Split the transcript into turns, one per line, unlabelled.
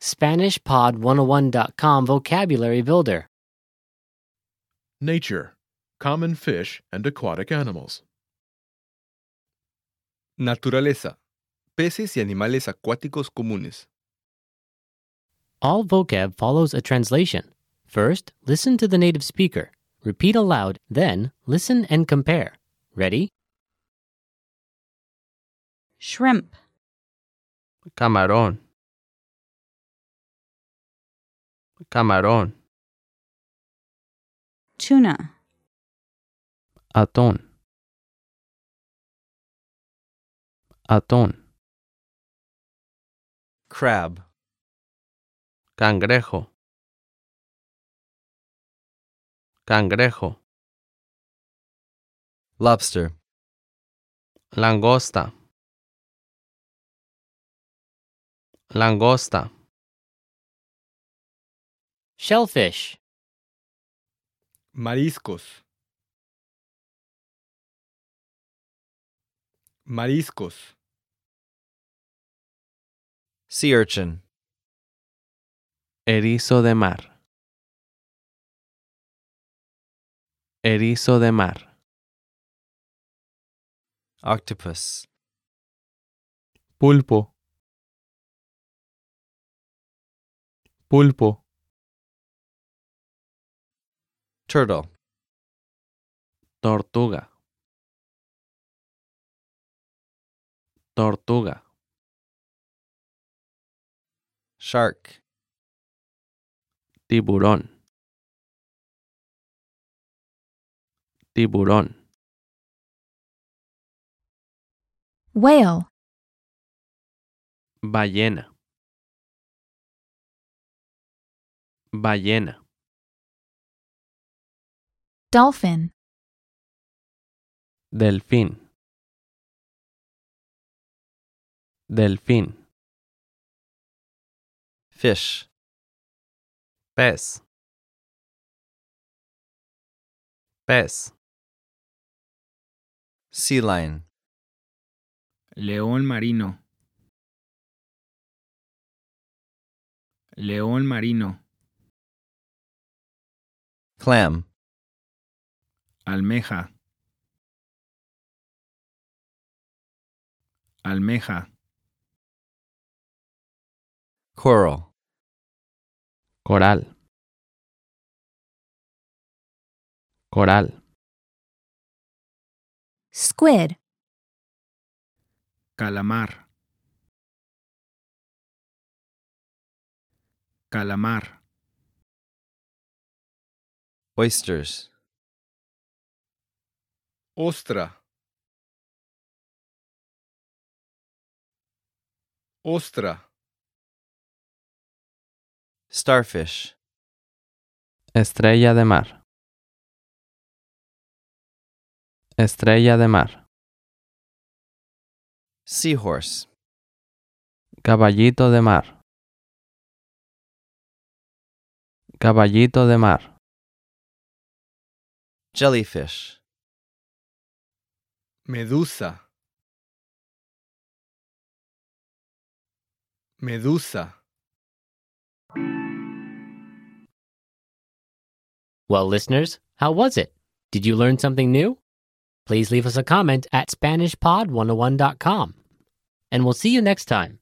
SpanishPod101.com Vocabulary Builder.
Nature, common fish and aquatic animals.
Naturaleza. Peces y animales acuáticos comunes.
All vocab follows a translation. First, listen to the native speaker. Repeat aloud, then, listen and compare. Ready?
shrimp,
Camarón. Camarón.
tuna,
Atón. Atón.
Crab.
Cangrejo. Cangrejo.
Lobster.
Langosta. Langosta.
Shellfish,
Mariscos. Mariscos. Sea urchin.
Erizo de mar. Erizo de mar.
Octopus.
Pulpo. Pulpo.
Turtle.
Tortuga. Tortuga.
Shark.
Tiburón. Tiburón.
Whale.
Ballena. Ballena.
Dolphin.
Delfín. Delfín.
Fish.
Pez. Pez.
Sea lion.
León marino. León marino,
Clam.
almeja. Almeja,
Coral.
Coral. Coral.
Squid.
calamar. Calamar,
Oysters.
Ostra. Ostra.
Starfish.
Estrella de mar. Estrella de mar.
Seahorse.
Caballito de mar. Caballito de mar.
Jellyfish.
Medusa. Medusa.
Well, listeners, how was it? Did you learn something new? oh Please leave us a comment at SpanishPod101.com. And we'll see you next time.